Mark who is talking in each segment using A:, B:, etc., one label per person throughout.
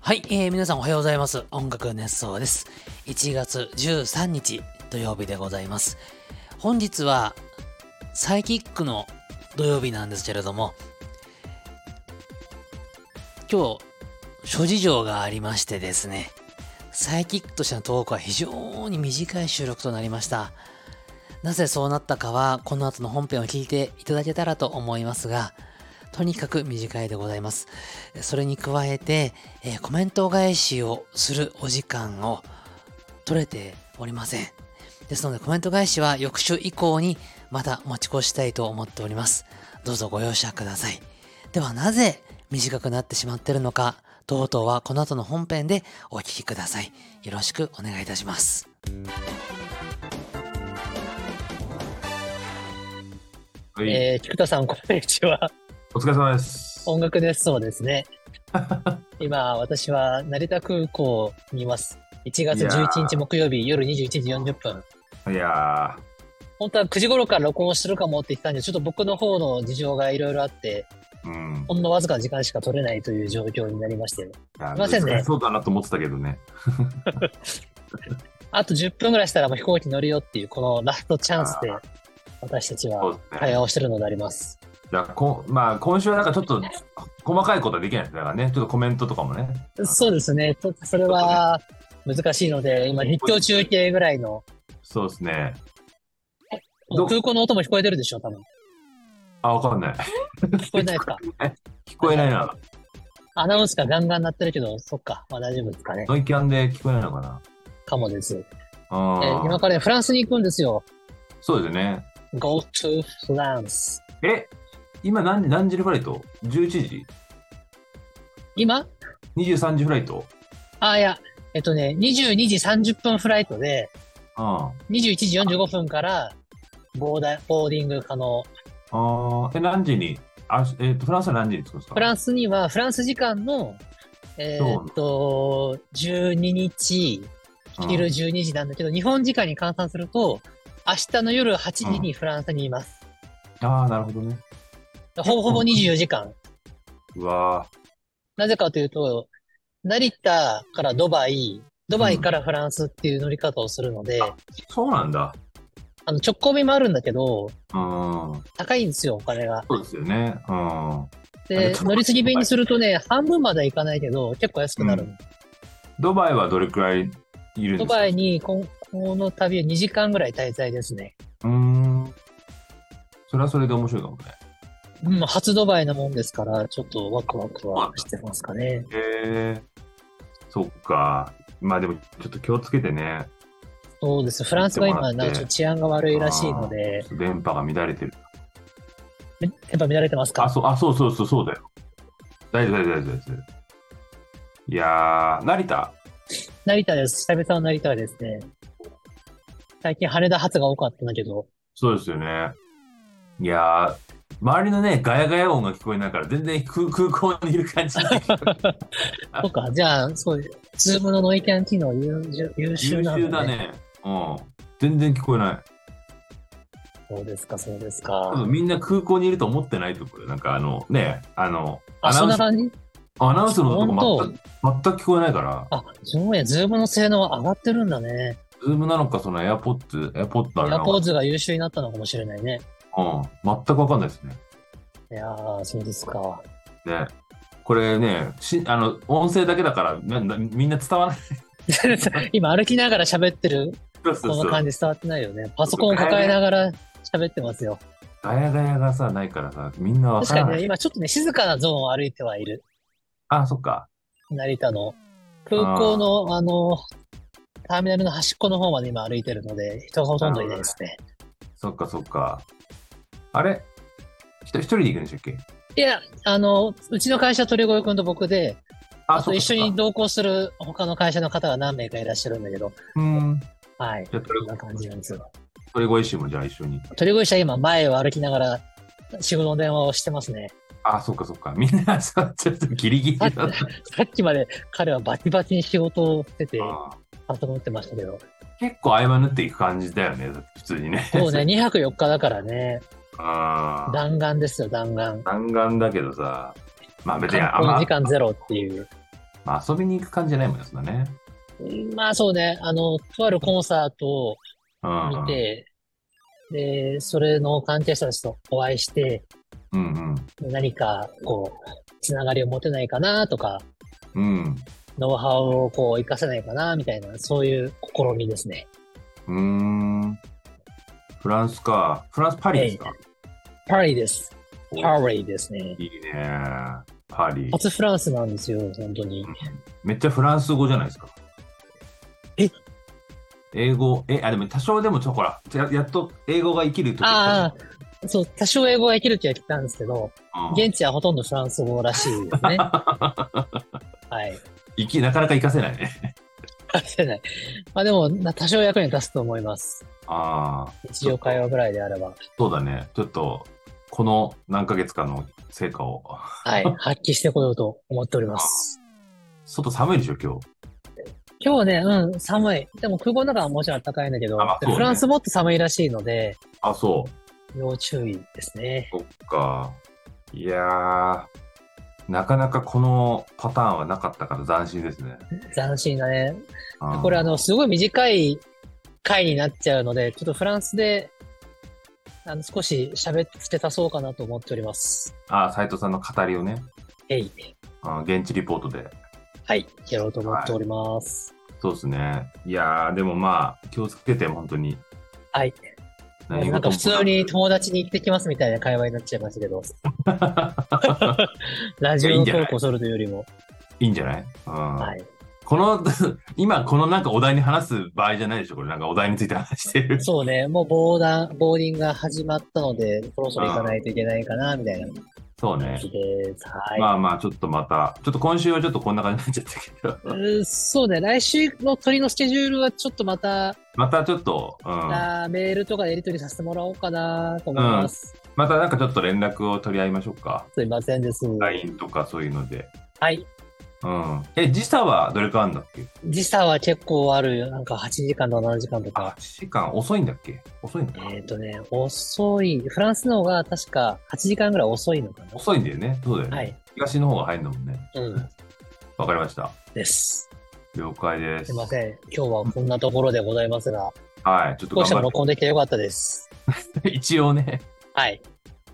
A: はい、えー、皆さんおはようございます。音楽熱奏です。1月13日土曜日でございます。本日はサイキックの土曜日なんですけれども、今日、諸事情がありましてですね、サイキックとしてのトークは非常に短い収録となりました。なぜそうなったかは、この後の本編を聞いていただけたらと思いますが、とにかく短いでございます。それに加えて、えー、コメント返しをするお時間を取れておりません。ですので、コメント返しは翌週以降にまた持ち越したいと思っております。どうぞご容赦ください。では、なぜ短くなってしまってるのか、とうとうはこの後の本編でお聞きください。よろしくお願いいたします。はい、えー、菊田さん、こんにちは。
B: お疲れ様です。
A: 音楽です。そうですね。今、私は成田空港にいます。1月11日木曜日夜21時40
B: 分。いや
A: 本当は9時頃から録音してるかもって言ったんで、ちょっと僕の方の事情がいろいろあって、うん、ほんのわずかな時間しか取れないという状況になりまして。す
B: みませんね。そうだなと思ってたけどね。
A: あと10分ぐらいしたらもう飛行機乗るよっていう、このラストチャンスで、私たちは会話をしてるのであります。
B: だこまあ、今週はなんかちょっと細かいことはできないですからね、ちょっとコメントとかもね。
A: そうですね、ちょっとそれは難しいので、今、立教中継ぐらいの。
B: そうですね。
A: 空港の音も聞こえてるでしょ、多分
B: あ、わかんない。
A: 聞こえないですか。
B: 聞こえないな。
A: アナウンスがガンガン鳴ってるけど、そっか、まあ大丈夫ですかね。
B: ノイキャンで聞こえないのかな。
A: かもです。え今から、ね、フランスに行くんですよ。
B: そうですね。
A: Go to France。
B: え今何何時フライト ?11 時
A: 今
B: ?23 時フライト
A: あ、いや、えっとね、22時30分フライトで、
B: うん、
A: 21時45分からボーダボーディング可能。
B: あえ、何時にあ、えっと、フランスは何時に着くんですか
A: フランスには、フランス時間の、えー、っと、12日、昼12時なんだけど、うん、日本時間に換算すると、明日の夜8時にフランスにいます。
B: うん、ああ、なるほどね。
A: ほぼほぼ24時間。
B: うわ
A: なぜかというと、成田からドバイ、ドバイからフランスっていう乗り方をするので、うん、
B: そうなんだ。
A: あの直行便もあるんだけど、
B: うん、
A: 高いんですよ、お金が。
B: そうですよね。うん、
A: で、乗り継ぎ便にするとね、半分まではいかないけど、結構安くなる、うん、
B: ドバイはどれくらいいるんですか
A: ドバイにこ、この旅は2時間ぐらい滞在ですね。
B: うん。それはそれで面白いかもね。
A: うん、初ドバイなもんですから、ちょっとワクワクはしてますかね。
B: へえそっか。まあでも、ちょっと気をつけてね。
A: そうです。フランスが今、なんか治安が悪いらしいので。
B: 電波が乱れてる。
A: 電波乱れてますか
B: あそうあ、そうそうそう、そうだよ。大丈夫、大丈夫、大丈夫。いやー、成田
A: 成田です。久々の成田はですね。最近羽田発が多かったんだけど。
B: そうですよね。いやー、周りのね、ガヤガヤ音が聞こえないから、全然空 港にいる感 じ。
A: そうか、じゃあ、そう、ズームのノイキャン機能優優秀
B: なんだ、ね。優秀だね。うん。全然聞こえない。
A: そうですか、そうですか。
B: みんな空港にいると思ってないところなんかあの、ね、あの、
A: あ、そんな感じ
B: アナウンスのとこ全く全く聞こえないから。
A: あ、そうや、ズームの性能は上がってるんだね。
B: ズームなのか、そのエアポッツ、エアポッツ
A: エアポッツが優秀になったのかもしれないね。
B: うん、全く分かんないですね。
A: いやそうですか。
B: ね、これね、しあの音声だけだからみみんな伝わらない。
A: 今歩きながら喋ってるこの感じ伝わってないよね。パソコン抱えながら喋ってますよ。
B: ガヤガヤがさ、ないからさ、みんな分
A: からない。確かにね、今ちょっとね、静かなゾーンを歩いてはいる。
B: あ、そっか。
A: 成田の空港の、あの、ターミナルの端っこの方まで今歩いてるので、人がほとんどいないですね。
B: そっかそっか。あれ一人で行くんでしたっけ
A: いや、あの、うちの会社、鳥越君と僕で、あと一緒に同行する他の会社の方が何名かいらっしゃるんだけど。
B: うん。
A: はい。じゃこんな感じなんですよ。
B: 鳥越氏もじゃあ一緒に。
A: 鳥越氏は今、前を歩きながら仕事の電話をしてますね。
B: あ、そっかそっか。みんな、 ちょっとギリギリ
A: ださっきまで彼はバチバチに仕事をしてて、パソコン打ってましたけど。
B: 結構合間縫っていく感じだよね、普通にね。
A: そうね、2泊4日だ からね。
B: あ
A: 弾丸ですよ弾丸
B: 弾丸だけどさまあ別に
A: あんま時間ゼロっていう
B: まあ、遊びに行く感じじゃないもんですよね。
C: うんまあそうね、あの、とあるコンサートを
B: うん、うん。
C: 見て、で、それの関係者たちとお会いして、
B: うん
C: 何かこう、つながりを持てないかなとか、
B: うん。
C: ノウハウをこう、活かせないかなみたいな、そういう試みですね。
B: うん。うーん。フランスか。フランス、パリですか。
C: パリです。
B: お
C: パリですね。
B: いいね。パリ。
C: 初フランスなんですよ、本当に。
B: めっちゃフランス語じゃないですか。
C: え
B: 英語、え、あ、でも多少でもちょ、ほら、ややっと英語が生きると
C: あそう、多少英語ができるっては聞いたんですけど、
B: あ
C: 現地はほとんどフランス語らしい ですね。はい。
B: 生き、なかなか生かせないね。
C: 出せない。まあでも、な多少役に立つと思います。
B: ああ、
C: 日常会話ぐらいであれば。
B: そうだね。ちょっと、この何ヶ月かの成果を。
C: はい。発揮してこようと思っております。
B: 外寒いでしょ、今日。
C: 今日はね、うん、寒い。でも空港の中はもちろん暖かいんだけど、
B: あまあそうね
C: フランスもっと寒いらしいので、
B: あ、そう。
C: 要注意ですね。
B: そっか。いやー、なかなかこのパターンはなかったから斬新ですね。
C: 斬新だね。
B: あー
C: これあの、すごい短い回になっちゃうので、ちょっとフランスで、あの、少し喋ってたそうかなと思っております。
B: あー、斎藤さんの語りをね、
C: えい。
B: あー現地リポートで。
C: はい。やろうと思っております。
B: そうですね。いやー、でもまあ、気をつけて、本当に。
C: はい。
B: 何事も
C: なんか普通に友達に行ってきますみたいな会話になっちゃいましたけど、ラジオトークをするというよりも、
B: いいんじゃない、うん
C: はい。
B: この、 今、このなんかお題に話す場合じゃないでしょ、これ。なんかお題について話し て る。
C: そうね、もうボーダー、ボーディングが始まったので、そろそろ行かないといけないかな、みたいな
B: そう
C: 感
B: ね
C: じ。です。はい。
B: まあまあ、ちょっとまた、ちょっと今週はちょっとこんな感じになっちゃったけど、
C: うーそうね、来週の鳥のスケジュールはちょっとまた、
B: またちょっと、うん、ま
C: あーメールとかでやり取りさせてもらおうかなと思います。
B: たなんかちょっと連絡を取り合いましょうか。
C: すいませんです。
B: LINE とかそういうので。
C: はい。
B: うん。え、時差はどれくらいあるんだっけ
C: 時差は結構あるよ。なんか8時間とか7時間と
B: あ
C: か、。
B: 8時間遅いんだっけ遅いんだ
C: えっ、とね、遅い。フランスの方が確か8時間ぐらい遅いのか
B: 遅いんだよね。そうだよ
C: な。
B: ね。
C: はい。
B: 東の方が入るんだもんね。
C: うん。
B: わかりました。
C: です。
B: 了解です。
C: すいません。今日はこんなところでございますが、
B: はい。ちょっと
C: 少しでも
B: 頑張
C: 録音できてよかったです。
B: って。 一応ね。
C: はい。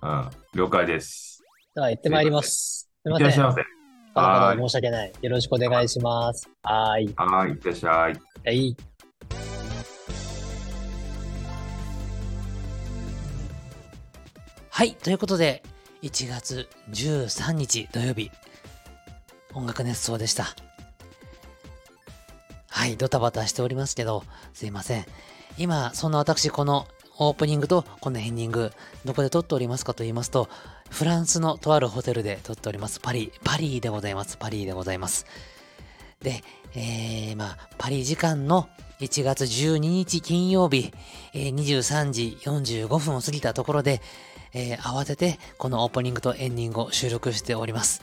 B: うん。了解です。
C: では行ってまいります。すい
B: いっ
C: ま
B: て
C: せ
B: ら
C: ん。
B: っしゃいませ。
C: わざわざ申し訳ない。よろしくお願いします。はーい。
B: はい。いってらっしゃい。
C: はい。
A: はい、ということで、1月13日土曜日、音楽熱奏でした。はい、ドタバタしておりますけど、すいません。今、そんな私、このオープニングとこのエンディング、どこで撮っておりますかと言いますと、フランスのとあるホテルで撮っております。パリ、パリでございます。パリでございます。で、えー、まあ、パリ時間の1月12日金曜日、えー23時45分を過ぎたところで、えー慌ててこのオープニングとエンディングを収録しております。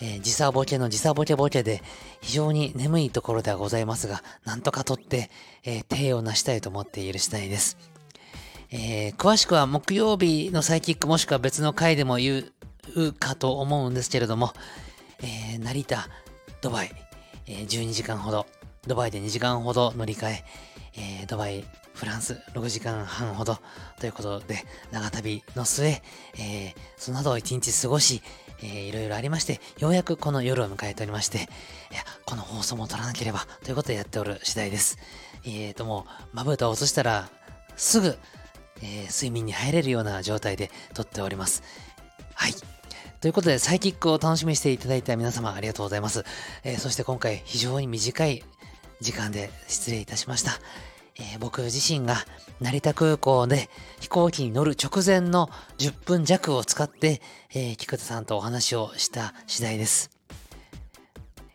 A: えー時差ボケの時差ボケボケで非常に眠いところではございますが、なんとか撮って、えー、手を成したいと思っている次第です。えー詳しくは木曜日のサイキックもしくは別の回でも言うかと思うんですけれども、えー成田、ドバイ、えー12時間ほど、ドバイで2時間ほど乗り換え、えードバイ、フランス6時間半ほどということで、長旅の末、えーその後一日過ごし、えーいろいろありまして、ようやくこの夜を迎えておりまして、いやこの放送も撮らなければということでやっておる次第です。えーと、もう、まぶたを落としたら、すぐ、えー睡眠に入れるような状態で撮っております。はい。ということで、サイキックを楽しみにしていただいた皆様ありがとうございます。えーそして今回非常に短い時間で失礼いたしました。えー僕自身が成田空港で飛行機に乗る直前の10分弱を使って、えー菊田さんとお話をした次第です。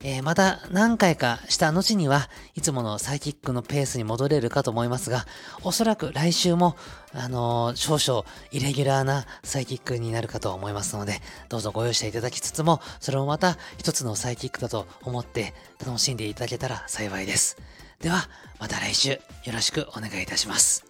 A: えーまた何回かした後にはいつものサイキックのペースに戻れるかと思いますが、おそらく来週も、あのー少々イレギュラーなサイキックになるかと思いますので、どうぞご容赦いただきつつも、それもまた一つのサイキックだと思って楽しんでいただけたら幸いです。では、また来週よろしくお願いいたします。